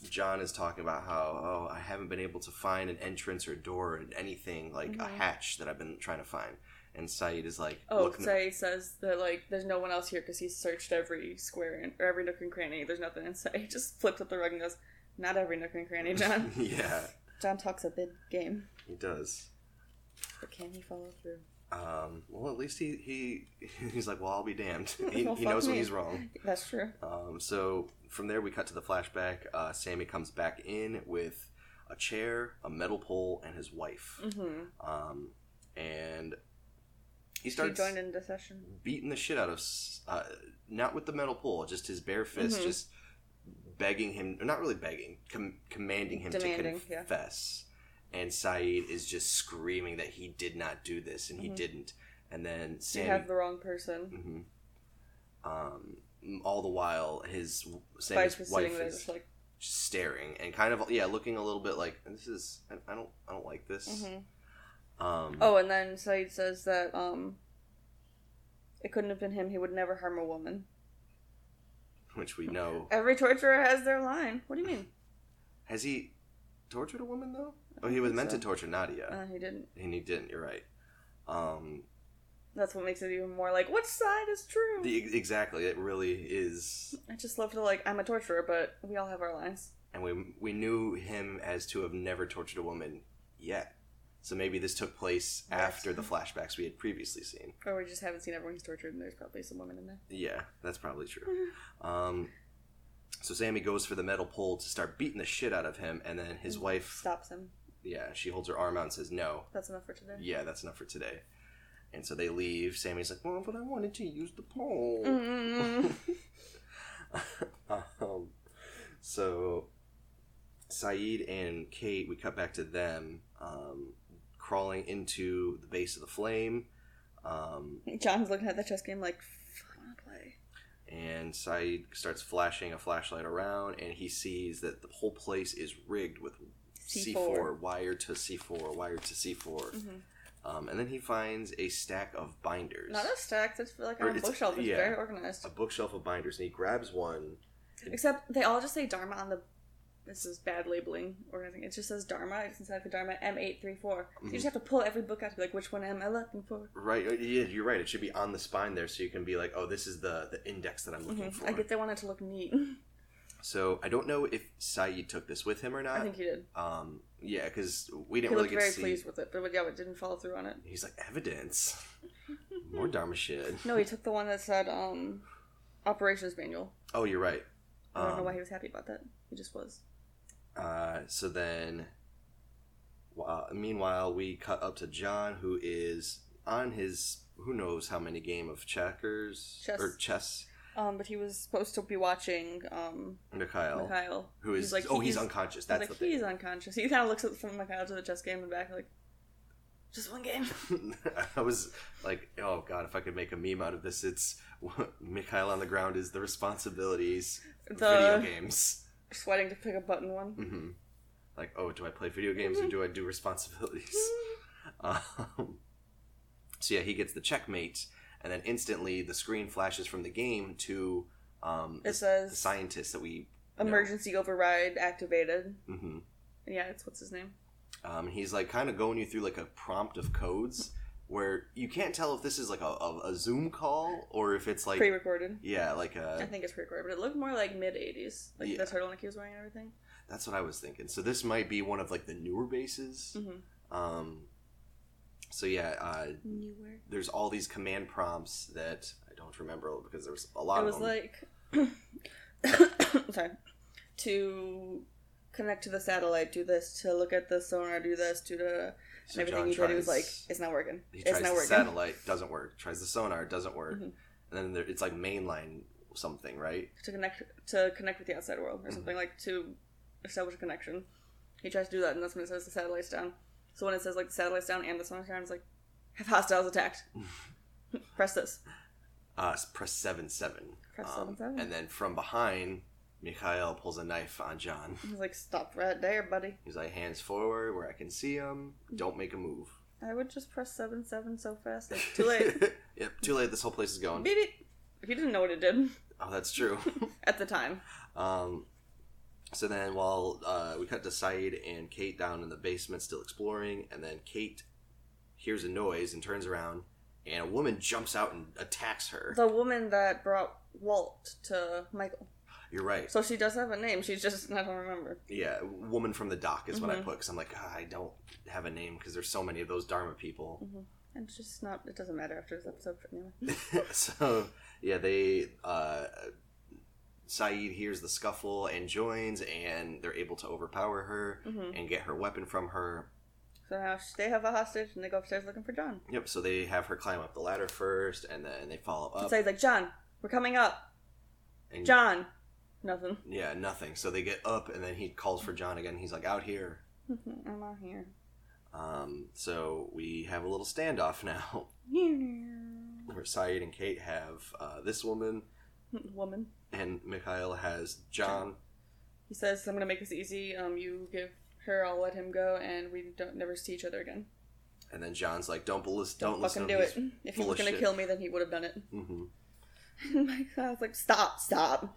Speaker 1: John is talking about how oh I haven't been able to find an entrance or door or anything like a
Speaker 2: Mhm.
Speaker 1: hatch that I've been trying to find. And Saeed is like,
Speaker 2: Oh,
Speaker 1: looking-
Speaker 2: Saeed says that like there's no one else here because he's searched every square and or every nook and cranny. There's nothing. And Saeed just flips up the rug and goes, "Not every nook and cranny, John."
Speaker 1: yeah,
Speaker 2: John talks a big game,
Speaker 1: he does.
Speaker 2: but can he follow through?
Speaker 1: Um, well, at least he, he he's like, well, I'll be damned. He,
Speaker 2: Well,
Speaker 1: he
Speaker 2: fuck
Speaker 1: knows when
Speaker 2: me.
Speaker 1: he's wrong.
Speaker 2: That's true.
Speaker 1: Um, so from there, we cut to the flashback. Uh, Sammy comes back in with a chair, a metal pole, and his wife.
Speaker 2: Mm-hmm.
Speaker 1: Um, and he
Speaker 2: She
Speaker 1: starts
Speaker 2: joined in the session.
Speaker 1: beating the shit out of, S- uh, not with the metal pole, just his bare fist,
Speaker 2: Mhm.
Speaker 1: just begging him, not really begging, com- commanding him
Speaker 2: Demanding,
Speaker 1: to
Speaker 2: yeah.
Speaker 1: confess. and Saeed is just screaming that he did not do this and he
Speaker 2: Mhm.
Speaker 1: didn't. And then
Speaker 2: You
Speaker 1: Sammy
Speaker 2: have the wrong person.
Speaker 1: hmm Um, all the while, his
Speaker 2: By
Speaker 1: Sam's
Speaker 2: pursuing
Speaker 1: wife
Speaker 2: it,
Speaker 1: is
Speaker 2: it's like,
Speaker 1: just staring and kind of yeah, looking a little bit like this is I- I don't I don't like this.
Speaker 2: mhm.
Speaker 1: Um,
Speaker 2: Oh, and then Said says that um, it couldn't have been him. He would never harm a woman.
Speaker 1: which we know
Speaker 2: Every torturer has their line. What do you mean?
Speaker 1: has he tortured a woman though?
Speaker 2: I
Speaker 1: Oh, he was
Speaker 2: think
Speaker 1: meant
Speaker 2: so.
Speaker 1: to torture Nadia,
Speaker 2: Uh, he didn't.
Speaker 1: and he didn't. You're right. Um,
Speaker 2: That's what makes it even more like, which side is true?
Speaker 1: the, exactly. It really is,
Speaker 2: I just love to like, I'm a torturer, but we all have our lines.
Speaker 1: and we we knew him as to have never tortured a woman yet. So maybe this took place
Speaker 2: Yes.
Speaker 1: after the flashbacks we had previously seen.
Speaker 2: Or we just haven't seen everyone who's tortured, and there's probably some women in there.
Speaker 1: Yeah, that's probably true. Um, so Sammy goes for the metal pole to start beating the shit out of him, and then his wife,
Speaker 2: stops him.
Speaker 1: yeah, she holds her arm out and says, "No,
Speaker 2: That's enough for today.
Speaker 1: yeah, that's enough for today." And so they leave. Sammy's like, "Well, but I wanted to use the pole."
Speaker 2: Mm-mm-mm.
Speaker 1: um, so Saeed and Kate, we cut back to them um, crawling into the base of the flame. Um,
Speaker 2: John's looking at the chess game like, fuck, I wanna play.
Speaker 1: and Saeed starts flashing a flashlight around, and he sees that the whole place is rigged with C4,
Speaker 2: C4.
Speaker 1: wire to C4, wire to C4.
Speaker 2: Mhm.
Speaker 1: Um, and then he finds a stack of binders,
Speaker 2: Not a stack. That's like
Speaker 1: Or
Speaker 2: on a
Speaker 1: it's-
Speaker 2: bookshelf. It's
Speaker 1: yeah.
Speaker 2: very organized.
Speaker 1: a bookshelf of binders, and he grabs one.
Speaker 2: Except they all just say Dharma on the. This is bad labeling organizing. It just says Dharma. It's inside the Dharma M eight three four. You
Speaker 1: Mhm.
Speaker 2: just have to pull every book out to be like, which one am I looking for?
Speaker 1: Right, uh, yeah, you're right. It should be on the spine there, so you can be like, "Oh, this is the the index that I'm looking
Speaker 2: Mhm.
Speaker 1: for." Uh,
Speaker 2: I get they wanted to look neat.
Speaker 1: So I don't know if Saeed took this with him or not.
Speaker 2: I think he did.
Speaker 1: um, yeah, because we
Speaker 2: He
Speaker 1: didn't really
Speaker 2: looked
Speaker 1: get to
Speaker 2: very
Speaker 1: see.
Speaker 2: pleased with it, but yeah, it didn't follow through on it.
Speaker 1: He's like evidence, more Dharma shit.
Speaker 2: No, he took the one that said um, operations manual.
Speaker 1: Oh, you're right.
Speaker 2: I don't know
Speaker 1: Um,
Speaker 2: why he was happy about that. He just was.
Speaker 1: Uh, so then, uh, meanwhile, we cut up to John, who is on his who knows how many game of checkers
Speaker 2: Chess.
Speaker 1: or chess
Speaker 2: Um, but he was supposed to be watching um
Speaker 1: Mikhail,
Speaker 2: Mikhail,
Speaker 1: who is
Speaker 2: He's like,
Speaker 1: oh he's,
Speaker 2: he's-
Speaker 1: unconscious.
Speaker 2: He's
Speaker 1: That's
Speaker 2: like,
Speaker 1: the
Speaker 2: he's
Speaker 1: thing.
Speaker 2: unconscious. He kind of looks at from Mikhail to the chess game and back, like, just one game.
Speaker 1: I was like, oh god, if I could make a meme out of this, it's Mikhail on the ground is the responsibilities of video
Speaker 2: The
Speaker 1: games.
Speaker 2: sweating to pick a button one.
Speaker 1: hmm Like, oh, do I play video games or do I do responsibilities? Um, so yeah, he gets the checkmate, and then instantly the screen flashes from the game to um,
Speaker 2: It
Speaker 1: the, the
Speaker 2: says
Speaker 1: scientist that we. know.
Speaker 2: emergency override activated.
Speaker 1: Mhm.
Speaker 2: And yeah, it's what's his name.
Speaker 1: Um, he's like kind of going you through like a prompt of codes where you can't tell if this is like a, a, a Zoom call or if it's like
Speaker 2: pre-recorded.
Speaker 1: yeah, like uh,
Speaker 2: I
Speaker 1: a.
Speaker 2: think it's pre-recorded, but it looked more like mid '80s, like
Speaker 1: Yeah.
Speaker 2: the turtleneck he was wearing and everything.
Speaker 1: That's what I was thinking. So this might be one of like the newer bases.
Speaker 2: Mm-hmm.
Speaker 1: Um, so yeah, uh,
Speaker 2: Newer.
Speaker 1: there's all these command prompts that I don't remember because there was a lot
Speaker 2: it
Speaker 1: of
Speaker 2: was
Speaker 1: them.
Speaker 2: like sorry to connect to the satellite do this to look at the sonar do this to the
Speaker 1: So
Speaker 2: and everything
Speaker 1: John
Speaker 2: he did he was like
Speaker 1: tries-
Speaker 2: it's not working
Speaker 1: He
Speaker 2: it's
Speaker 1: tries
Speaker 2: not
Speaker 1: the
Speaker 2: working
Speaker 1: satellite, doesn't work. Tries the sonar, doesn't work.
Speaker 2: Mhm.
Speaker 1: And then there, it's like mainline something, right?
Speaker 2: to connect to connect with the outside world
Speaker 1: Mm-hmm.
Speaker 2: or something like to establish a connection he tries to do that and that's when it says the satellite's down so when it says like the satellite's down and the sonar's down it's like have hostiles attacked press this
Speaker 1: Uh, s- press seven seven. Um,
Speaker 2: Press seven, seven.
Speaker 1: And then from behind, Mikhail pulls a knife on John.
Speaker 2: he's like stop right there buddy
Speaker 1: He's like, hands forward where I can see him.
Speaker 2: Mm-hmm.
Speaker 1: Don't make a move.
Speaker 2: i would just press 7 7 so fast like too late
Speaker 1: yep, too late. This whole place is going.
Speaker 2: beep beep he didn't know what it did
Speaker 1: Oh, that's true.
Speaker 2: at the time
Speaker 1: Um, so then, while uh, we cut to Saeed and Kate down in the basement, still exploring, and then Kate hears a noise and turns around, and a woman jumps out and attacks her.
Speaker 2: the woman that brought Walt to Michael.
Speaker 1: You're right.
Speaker 2: So she does have a name. She's just I don't remember.
Speaker 1: Yeah, woman from the dock is what I
Speaker 2: Mhm.
Speaker 1: put because I'm like, "Ah, I don't have a name because there's so many of those Dharma people.
Speaker 2: And it's just not. It doesn't matter after this episode. But anyway.
Speaker 1: so yeah, they uh, Saeed hears the scuffle and joins, and they're able to overpower her
Speaker 2: Mhm.
Speaker 1: and get her weapon from her.
Speaker 2: So now sh- they have a hostage, and they go upstairs looking for John.
Speaker 1: Yep. So they have her climb up the ladder first, and then they follow
Speaker 2: And
Speaker 1: up.
Speaker 2: so he's like, John, we're coming up.
Speaker 1: and,
Speaker 2: John, nothing.
Speaker 1: Yeah, nothing. So they get up, and then he calls for John again. He's like, "Out here."
Speaker 2: I'm out here.
Speaker 1: Um, so we have a little standoff now where Syed and Kate have uh, this woman,
Speaker 2: Woman.
Speaker 1: and Mikhail has John.
Speaker 2: He says, "I'm gonna make this easy. Um, you give her, I'll let him go, and we don't never see each other again.
Speaker 1: And then John's like, "Don't bel-
Speaker 2: Don't, fucking
Speaker 1: listen to
Speaker 2: do
Speaker 1: him.
Speaker 2: it. If he
Speaker 1: full
Speaker 2: was
Speaker 1: of
Speaker 2: gonna
Speaker 1: shit."
Speaker 2: kill me, then he would have done it."
Speaker 1: hmm
Speaker 2: And my God, like, "Stop, stop!"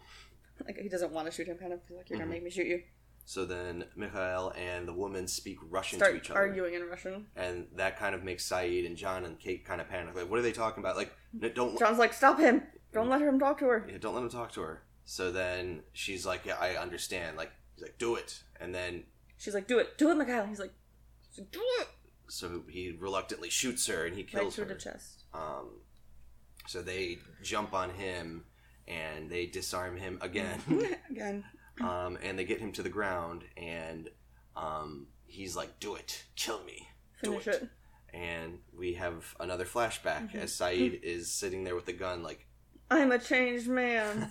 Speaker 2: Like he doesn't want to shoot him. Kind of He's like, "You're
Speaker 1: Mhm.
Speaker 2: gonna make me shoot you."
Speaker 1: So then Mikhail and the woman speak Russian to
Speaker 2: Start
Speaker 1: each other.
Speaker 2: arguing in Russian.
Speaker 1: And that kind of makes Saeed and John and Kate kind of panic. Like, what are they talking about? Like, no, don't
Speaker 2: John's like, "Stop him! Don't let him talk to her."
Speaker 1: yeah, don't let him talk to her. So then she's like, yeah, I understand. Like, he's like, do it. And then
Speaker 2: She's like, "Do it, do it, Mikhail." He's like, "Do it!"
Speaker 1: so he reluctantly shoots her and he
Speaker 2: Right
Speaker 1: kills
Speaker 2: through the
Speaker 1: her.
Speaker 2: chest.
Speaker 1: Um, so they jump on him and they disarm him again.
Speaker 2: Again.
Speaker 1: um, and they get him to the ground and um, he's like, do it, kill me. Do
Speaker 2: Finish
Speaker 1: it.
Speaker 2: it.
Speaker 1: And we have another flashback
Speaker 2: Mm-hmm.
Speaker 1: as Saeed is sitting there with the gun, like.
Speaker 2: I'm a changed man.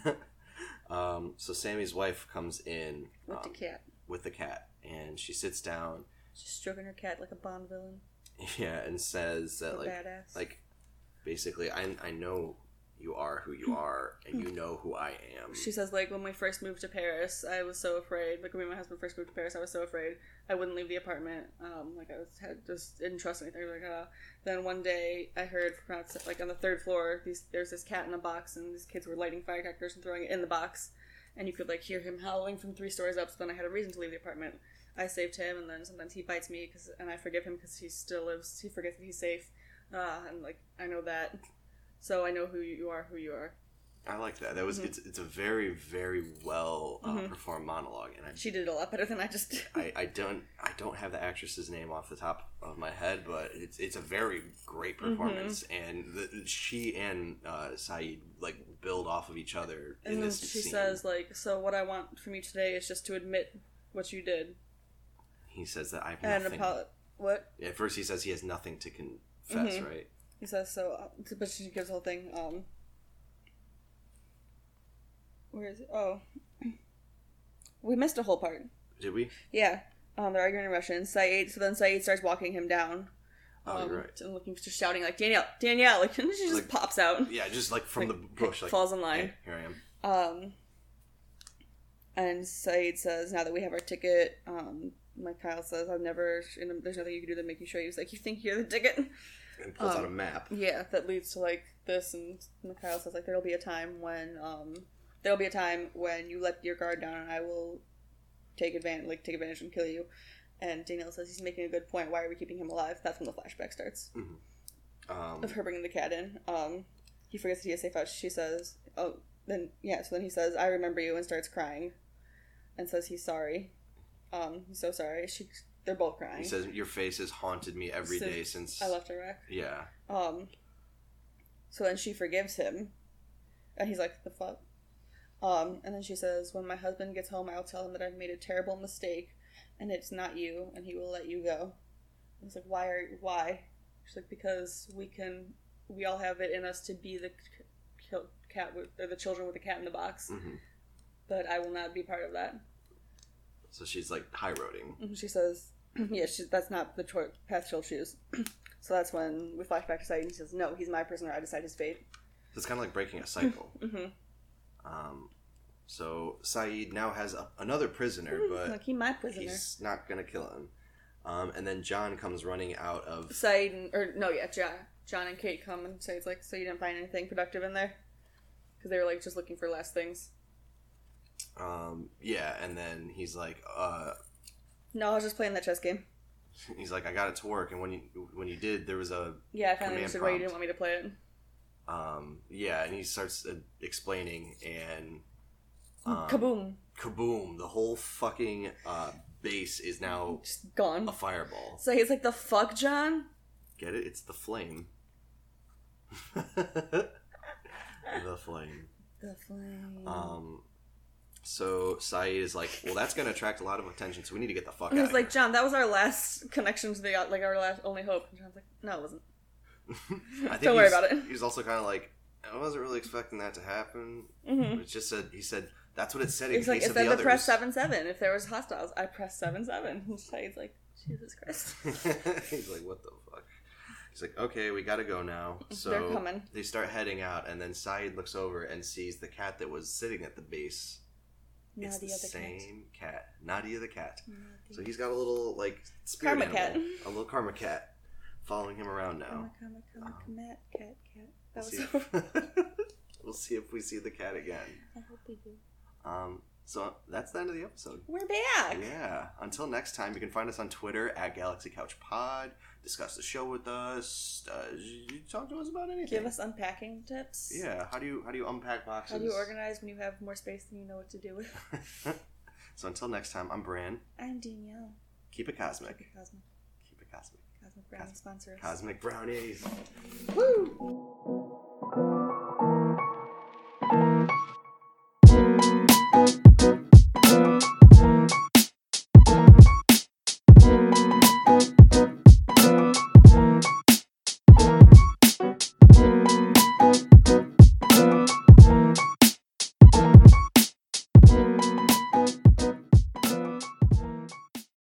Speaker 1: um, so Sammy's wife comes in
Speaker 2: With the
Speaker 1: um,
Speaker 2: cat.
Speaker 1: with the cat and she sits down,
Speaker 2: She's stroking her cat like a Bond villain.
Speaker 1: yeah, and says that
Speaker 2: a
Speaker 1: uh, like
Speaker 2: badass.
Speaker 1: like basically I, I know you are who you are and you know who i am
Speaker 2: She says, like, when we first moved to Paris, I was so afraid. Like, when my husband first moved to Paris, I was so afraid. I wouldn't leave the apartment. Um, like, I was, had, just didn't trust anything. Like, uh. Then one day, I heard from outside, like, on the third floor, these, there's this cat in a box, and these kids were lighting firecrackers and throwing it in the box. And you could, like, hear him howling from three stories up, so then I had a reason to leave the apartment. I saved him, and then sometimes he bites me, cause, and I forgive him because he still lives. He forgets that he's safe. Uh, and, like, I know that. So I know who you are, who you are.
Speaker 1: i like that that was
Speaker 2: Mhm.
Speaker 1: it's, it's a very very well uh,
Speaker 2: Mhm.
Speaker 1: performed monologue and I,
Speaker 2: She did it a lot better than I just did.
Speaker 1: I i don't i don't have the actress's name off the top of my head but it's it's a very great
Speaker 2: Mm-hmm.
Speaker 1: performance and the, she and uh saeed like build off of each other in
Speaker 2: And then
Speaker 1: this
Speaker 2: she
Speaker 1: scene.
Speaker 2: says, like, so what I want from you today is just to admit what you did.
Speaker 1: he says that i have
Speaker 2: And
Speaker 1: nothing
Speaker 2: apo- what?
Speaker 1: at first he says he has nothing to confess
Speaker 2: Mhm.
Speaker 1: right
Speaker 2: He says, so, uh, but she gives the whole thing, um, where is it? Oh. We missed a whole part.
Speaker 1: did we
Speaker 2: Yeah. Um, they're arguing in Russian. Saeed, so then Saeed starts walking him down.
Speaker 1: oh
Speaker 2: um,
Speaker 1: you're right
Speaker 2: And looking, just shouting, like, Danielle, Danielle, like, and she just
Speaker 1: Like-
Speaker 2: pops out.
Speaker 1: yeah just like from the bush like
Speaker 2: falls in line.
Speaker 1: hey, here i am
Speaker 2: Um, and Said says, now that we have our ticket, um, like Kyle says, I've never, and there's nothing you can do that make you sure. He's like, you think you're the ticket?
Speaker 1: and pulls out a
Speaker 2: Um,
Speaker 1: map
Speaker 2: Yeah, that leads to like this, and Mikhail says like there'll be a time when um there'll be a time when you let your guard down, and I will take advantage, like take advantage and kill you. And Danielle says he's making a good point. Why are we keeping him alive? That's when the flashback starts
Speaker 1: Um,
Speaker 2: of her bringing the cat in. Um, he forgets that he has safe house. She says, "Oh, then yeah." So then he says, "I remember you," and starts crying, and says he's sorry. Um, he's so sorry. She, they're both crying.
Speaker 1: he says, "Your face has haunted me every
Speaker 2: Since
Speaker 1: day since."
Speaker 2: "I left Iraq."
Speaker 1: Yeah,
Speaker 2: Um, so then she forgives him, and he's like, "The fuck." Um, and then she says, "When my husband gets home, I'll tell him that I've made a terrible mistake, and it's not you, and he will let you go." And he's like, "Why are why?" She's like, "Because we can, we all have it in us to be the c- kill, cat with, or the children with the cat in the box,
Speaker 1: Mhm.
Speaker 2: but I will not be part of that."
Speaker 1: so she's like high roading.
Speaker 2: And she says, "Yeah, she, that's not the cho- path she'll choose." so that's when we flash back to Saeed, and he says, "No, he's my prisoner. I decide his fate."
Speaker 1: So it's kind of like breaking a cycle.
Speaker 2: Mm-hmm.
Speaker 1: um, so Saeed now has a, another prisoner, but
Speaker 2: like he my Mm-hmm, prisoner.
Speaker 1: he's not gonna kill him. Um, and then John comes running out of.
Speaker 2: Said and or no, yeah, John, John and Kate come and say it's like, so you didn't find anything productive in there, because they were like just looking for less things.
Speaker 1: Um, yeah, and then he's like, uh,
Speaker 2: No, I was just playing that chess game.
Speaker 1: he's like, I got it to work, and when you when you did, there was a
Speaker 2: Yeah, I finally
Speaker 1: Command
Speaker 2: understood why you
Speaker 1: prompt.
Speaker 2: didn't want me to play it.
Speaker 1: um, yeah, and he starts uh, explaining and. Um,
Speaker 2: Kaboom!
Speaker 1: kaboom! The whole fucking uh, base is now
Speaker 2: Just gone.
Speaker 1: a fireball.
Speaker 2: So he's like, the fuck, John.
Speaker 1: Get it? It's the flame. the flame.
Speaker 2: The flame.
Speaker 1: Um, so Saeed is like, well, that's going to attract a lot of attention, so we need to get the fuck
Speaker 2: and
Speaker 1: out
Speaker 2: he's
Speaker 1: of
Speaker 2: like, John, that was our last connection to the like our last only hope. And John's like, no, it wasn't.
Speaker 1: here. I think
Speaker 2: don't worry
Speaker 1: he's-
Speaker 2: about it.
Speaker 1: He's also kind of like, I wasn't really expecting that to happen.
Speaker 2: Mm-hmm.
Speaker 1: But It just said, he said, that's what it said in
Speaker 2: It's
Speaker 1: case
Speaker 2: like it
Speaker 1: of the
Speaker 2: said to
Speaker 1: others.
Speaker 2: press seven seven if there was hostiles. I pressed seven seven. Saeed's like, Jesus Christ.
Speaker 1: He's like, what the fuck? He's like, okay, we gotta go now. So
Speaker 2: They're coming.
Speaker 1: they start heading out, and then Saeed looks over and sees the cat that was sitting at the base.
Speaker 2: Not
Speaker 1: it's the,
Speaker 2: the other cat.
Speaker 1: same cat. Nadia the cat.
Speaker 2: Not
Speaker 1: So
Speaker 2: the-
Speaker 1: he's got a little like spirit
Speaker 2: Karma
Speaker 1: animal,
Speaker 2: cat.
Speaker 1: a little karma cat, following him around now.
Speaker 2: Comma, comma, comma,
Speaker 1: Um,
Speaker 2: comma, cat, cat. That
Speaker 1: We'll
Speaker 2: was
Speaker 1: see
Speaker 2: over.
Speaker 1: if- we'll see if we see the cat again.
Speaker 2: I hope we do.
Speaker 1: Um, so that's the end of the episode.
Speaker 2: We're back.
Speaker 1: Yeah. Until next time, you can find us on Twitter at Galaxy Couch Pod. Discuss the show with us. Uh, you talk to us about anything.
Speaker 2: Give us unpacking tips.
Speaker 1: Yeah. How do you how do you unpack boxes?
Speaker 2: How do you organize when you have more space than you know what to do with?
Speaker 1: so until next time, I'm Bran.
Speaker 2: I'm Danielle.
Speaker 1: Keep it cosmic.
Speaker 2: Cosmic,
Speaker 1: Keep it cosmic.
Speaker 2: Cosmic Brownie
Speaker 1: Cos-
Speaker 2: sponsor us.
Speaker 1: Cosmic brownies.
Speaker 2: Woo!